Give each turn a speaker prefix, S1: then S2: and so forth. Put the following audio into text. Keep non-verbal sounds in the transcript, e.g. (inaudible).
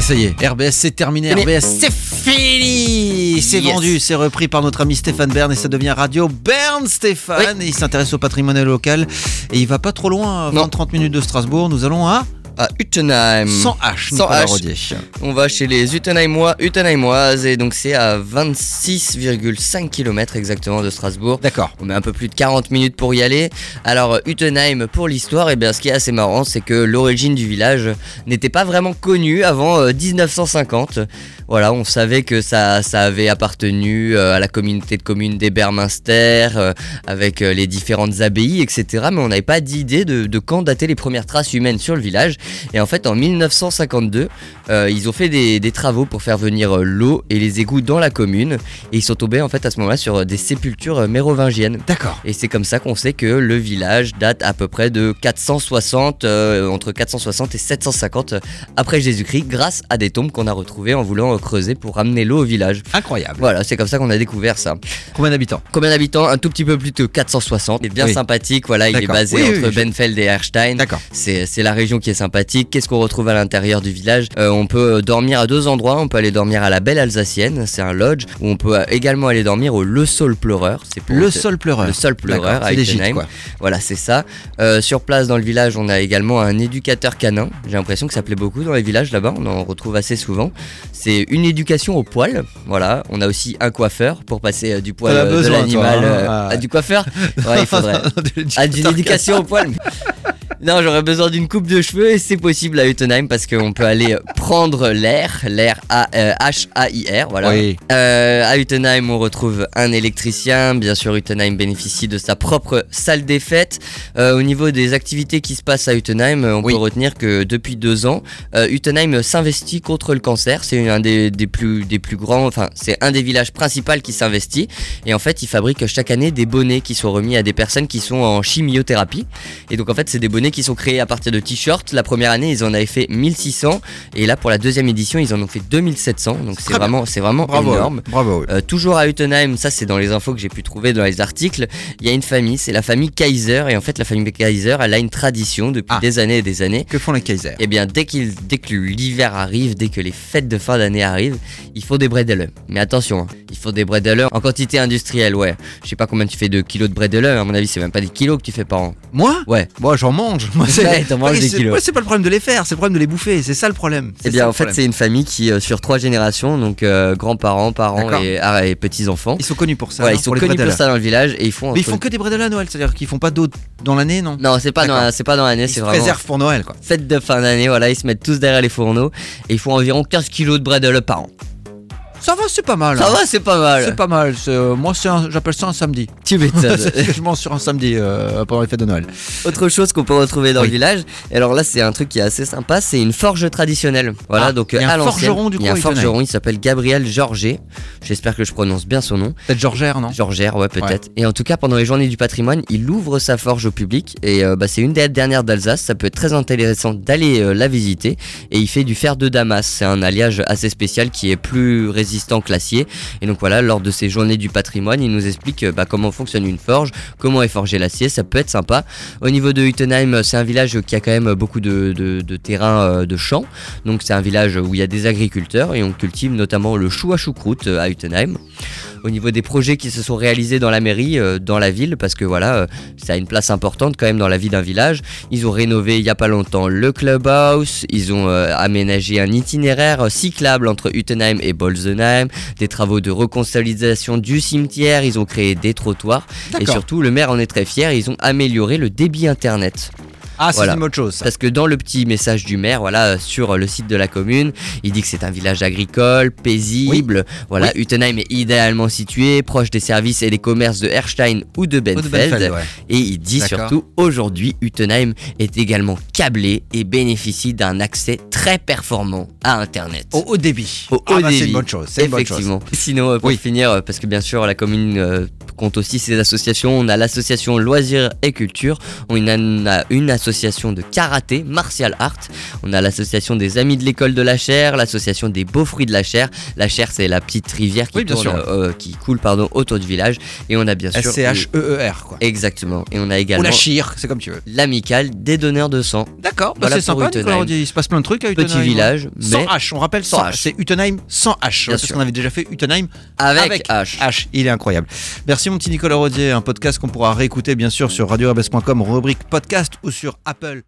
S1: ça y est, RBS c'est terminé,
S2: Mais-
S1: RBS c'est fini C'est
S2: Yes.
S1: vendu, c'est repris par notre ami Stéphane Bern et ça devient Radio Bern Stéphane et il s'intéresse au patrimoine local et il va pas trop loin, à
S2: Non.
S1: 20-30 minutes de Strasbourg, nous allons à
S2: À Uttenheim.
S1: 100 H,
S2: 100
S1: Nicolas
S2: H.
S1: Rodier.
S2: On va chez les Uttenheimois, Uttenheimoises, et donc c'est à 26,5 km exactement de Strasbourg.
S1: D'accord.
S2: On met un peu plus de 40 minutes pour y aller. Alors Uttenheim, pour l'histoire, eh bien, ce qui est assez marrant, c'est que l'origine du village n'était pas vraiment connue avant euh, 1950. Voilà, on savait que ça, ça avait appartenu euh, à la communauté de communes des Berminster, euh, avec euh, les différentes abbayes, etc. Mais on n'avait pas d'idée de, de quand dataient les premières traces humaines sur le village. Et en fait, en 1952, euh, ils ont fait des, des travaux pour faire venir euh, l'eau et les égouts dans la commune. Et ils sont tombés en fait à ce moment-là sur euh, des sépultures euh, mérovingiennes.
S1: D'accord.
S2: Et c'est comme ça qu'on sait que le village date à peu près de 460, euh, entre 460 et 750 euh, après Jésus-Christ, grâce à des tombes qu'on a retrouvées en voulant euh, creuser pour amener l'eau au village.
S1: Incroyable.
S2: Voilà, c'est comme ça qu'on a découvert ça.
S1: Combien d'habitants
S2: Combien d'habitants Un tout petit peu plus de 460. Il est bien
S1: Oui.
S2: sympathique, voilà, il est
S1: D'accord.
S2: basé
S1: Oui, oui,
S2: entre
S1: oui, je-
S2: Benfeld et Erstein.
S1: D'accord.
S2: C'est c'est la région qui est sympathique. Qu'est-ce qu'on retrouve à l'intérieur du village Euh, On peut dormir à deux endroits. On peut aller dormir à la Belle Alsacienne, c'est un lodge, ou on peut euh, également aller dormir au Le Sol Pleureur. C'est pour-
S1: Le
S2: c'est-
S1: sol pleureur.
S2: euh, Le Sol Pleureur
S1: D'accord,
S2: à
S1: c'est des gîtes,
S2: Hüttenheim.
S1: quoi.
S2: Voilà, c'est ça. Euh, sur place dans le village, on a également un éducateur canin. J'ai l'impression que ça plaît beaucoup dans les villages là-bas. On en retrouve assez souvent. C'est une éducation au poil. Voilà, on a aussi un coiffeur pour passer euh, du poil
S1: T'en as
S2: euh, de
S1: besoin,
S2: l'animal
S1: toi, hein.
S2: euh,
S1: Ah.
S2: à du coiffeur. Ouais,
S1: (laughs)
S2: il faudrait. Ah, d'une éducation au poil. mais- Non, j'aurais besoin d'une coupe de cheveux et c'est possible à Hüttenheim parce qu'on peut aller prendre l'air, l'air A- euh, H-A-I-R, voilà.
S1: Oui.
S2: Euh, à Hüttenheim, on retrouve un électricien. Bien sûr, Hüttenheim bénéficie de sa propre salle des fêtes. Euh, au niveau des activités qui se passent à Hüttenheim, euh, on
S1: Oui.
S2: peut retenir que depuis deux ans, euh, Hüttenheim s'investit contre le cancer. C'est un des, des plus, des plus grands, enfin, c'est un des villages principaux qui s'investit. Et en fait, ils fabriquent chaque année des bonnets qui sont remis à des personnes qui sont en chimiothérapie. Et donc, en fait, c'est des bonnets qui sont créés à partir de t-shirts. La première année, ils en avaient fait 1600. Et là, pour la deuxième édition, ils en ont fait 2700. Donc, c'est
S1: très bien.
S2: vraiment, c'est vraiment
S1: Bravo.
S2: énorme.
S1: Bravo. oui.
S2: Euh, toujours à Hüttenheim, ça c'est dans les infos que j'ai pu trouver dans les articles, il y a une famille, c'est la famille Kaiser, et en fait la famille Kaiser, elle a une tradition depuis
S1: Ah.
S2: des années et des années.
S1: Que font les Kaiser
S2: Et bien dès, qu'il- dès que l'hiver arrive, dès que les fêtes de fin d'année arrivent, il faut des bredeleurs. Mais attention, hein, il faut des bredeleurs en quantité industrielle, ouais. Je sais pas combien tu fais de kilos de bredeleurs, à mon avis c'est même pas des kilos que tu fais par an.
S1: Moi
S2: Ouais.
S1: Moi j'en mange. Moi, c'est...
S2: Ouais, t'en manges
S1: Oui,
S2: des
S1: c'est-
S2: kilos.
S1: moi, c'est pas le problème de les faire, c'est le problème de les bouffer. C'est ça le problème.
S2: Eh
S1: C'est
S2: bien
S1: ça,
S2: en
S1: le
S2: fait
S1: problème.
S2: c'est une famille qui euh, sur trois générations, donc euh, grands-parents, parents
S1: D'accord.
S2: et, ah, et petits-enfants,
S1: Ils sont connus pour ça.
S2: ouais,
S1: hein,
S2: ils sont
S1: pour les
S2: connus pour
S1: bretelles.
S2: ça dans le village et ils font...
S1: Mais ils
S2: entre
S1: font que des bretelles à Noël, c'est-à-dire qu'ils font pas d'autres dans l'année, non
S2: Non, c'est pas,
S1: D'accord.
S2: dans- c'est pas dans l'année,
S1: Ils se
S2: c'est vraiment.
S1: préservent pour Noël, quoi.
S2: Fête de fin d'année, voilà, ils se mettent tous derrière les fourneaux et ils font environ 15 kilos de bradle par an.
S1: Ça va, c'est pas mal.
S2: Ça
S1: hein.
S2: va, c'est pas mal.
S1: C'est pas mal. c'est, euh, moi, c'est un- j'appelle ça un samedi.
S2: Tu
S1: (laughs)
S2: (laughs) m'étonnes.
S1: C'est- je mange sur un samedi euh, pendant les fêtes de Noël.
S2: Autre chose qu'on peut retrouver dans
S1: Oui.
S2: le village, et alors là c'est un truc qui est assez sympa, c'est une forge traditionnelle. Voilà,
S1: Ah,
S2: donc euh,
S1: il y a un
S2: à l'ancienne,
S1: forgeron, du
S2: Il y a un
S1: coup, à Épernay.
S2: forgeron, il s'appelle Gabriel Georget. J'espère que je prononce bien son nom.
S1: Peut-être Georgère, non
S2: Georgère, ouais, peut-être. Et en tout cas, pendant les journées du patrimoine, il ouvre sa forge au public. Et euh, bah, c'est une des dernières d'Alsace. Ça peut être très intéressant d'aller euh, la visiter. Et il fait du fer de Damas. C'est un alliage assez spécial qui est plus résistant que l'acier. Et donc voilà, lors de ces journées du patrimoine, il nous explique euh, bah, comment fonctionne une forge, comment est forgé l'acier. Ça peut être sympa. Au niveau de Hüttenheim, euh, c'est un village qui a quand même beaucoup de, de, de terrain euh, de champs. Donc c'est un village où il y a des agriculteurs et on cultive notamment le chou à choucroute euh, à Hüttenheim au niveau des projets qui se sont réalisés dans la mairie, euh, dans la ville, parce que voilà, euh, ça a une place importante quand même dans la vie d'un village. Ils ont rénové il n'y a pas longtemps le clubhouse, ils ont euh, aménagé un itinéraire euh, cyclable entre Uttenheim et Bolzenheim, des travaux de reconsolidation du cimetière, ils ont créé des trottoirs, et
S1: D'accord.
S2: surtout le maire en est très fier, ils ont amélioré le débit internet.
S1: Ah, c'est
S2: Voilà.
S1: une autre chose. ça.
S2: Parce que dans le petit message du maire, voilà, euh, sur euh, le site de la commune, il dit que c'est un village agricole, paisible. Voilà, Hüttenheim est idéalement situé, proche des services et des commerces de Erstein ou de
S1: Ou
S2: Benfeld.
S1: de Benfeld, ouais.
S2: Et il dit
S1: D'accord.
S2: surtout, aujourd'hui, Hüttenheim est également câblé et bénéficie d'un accès très performant à Internet.
S1: Au haut débit.
S2: Au haut
S1: Ah, bah, c'est
S2: débit.
S1: une bonne chose. C'est une bonne chose.
S2: Effectivement. Sinon, euh, pour
S1: Oui.
S2: finir, euh, parce que bien sûr, la commune euh, compte aussi ses associations. On a l'association Loisirs et Culture, on a une, on a une association de karaté, martial art, on a l'association des Amis de l'école de la chair, l'association des Beaux Fruits de la chair. La chair, c'est la petite rivière qui,
S1: Oui, bien
S2: tourne,
S1: sûr.
S2: euh, qui coule pardon, autour du village. Et on a bien sûr.
S1: S-C-H-E-E-R, E quoi.
S2: Exactement. Et on a
S1: Ou
S2: également
S1: la chire, c'est comme tu veux.
S2: l'amicale des donneurs de sang.
S1: D'accord, bah
S2: Voilà
S1: c'est
S2: pour
S1: sympa, Nicolas
S2: Utenheim.
S1: Rodier. Il se passe plein de trucs à Utenheim.
S2: Petit village,
S1: Sans
S2: mais
S1: H, on rappelle
S2: Sans
S1: sans
S2: H.
S1: H. C'est Utenheim sans H.
S2: Bien
S1: Parce
S2: sûr.
S1: qu'on avait déjà fait Utenheim
S2: avec, H.
S1: H, il est incroyable. Merci mon petit Nicolas Rodier, un podcast qu'on pourra réécouter bien sûr sur radioabs.com, rubrique podcast ou sur Apple.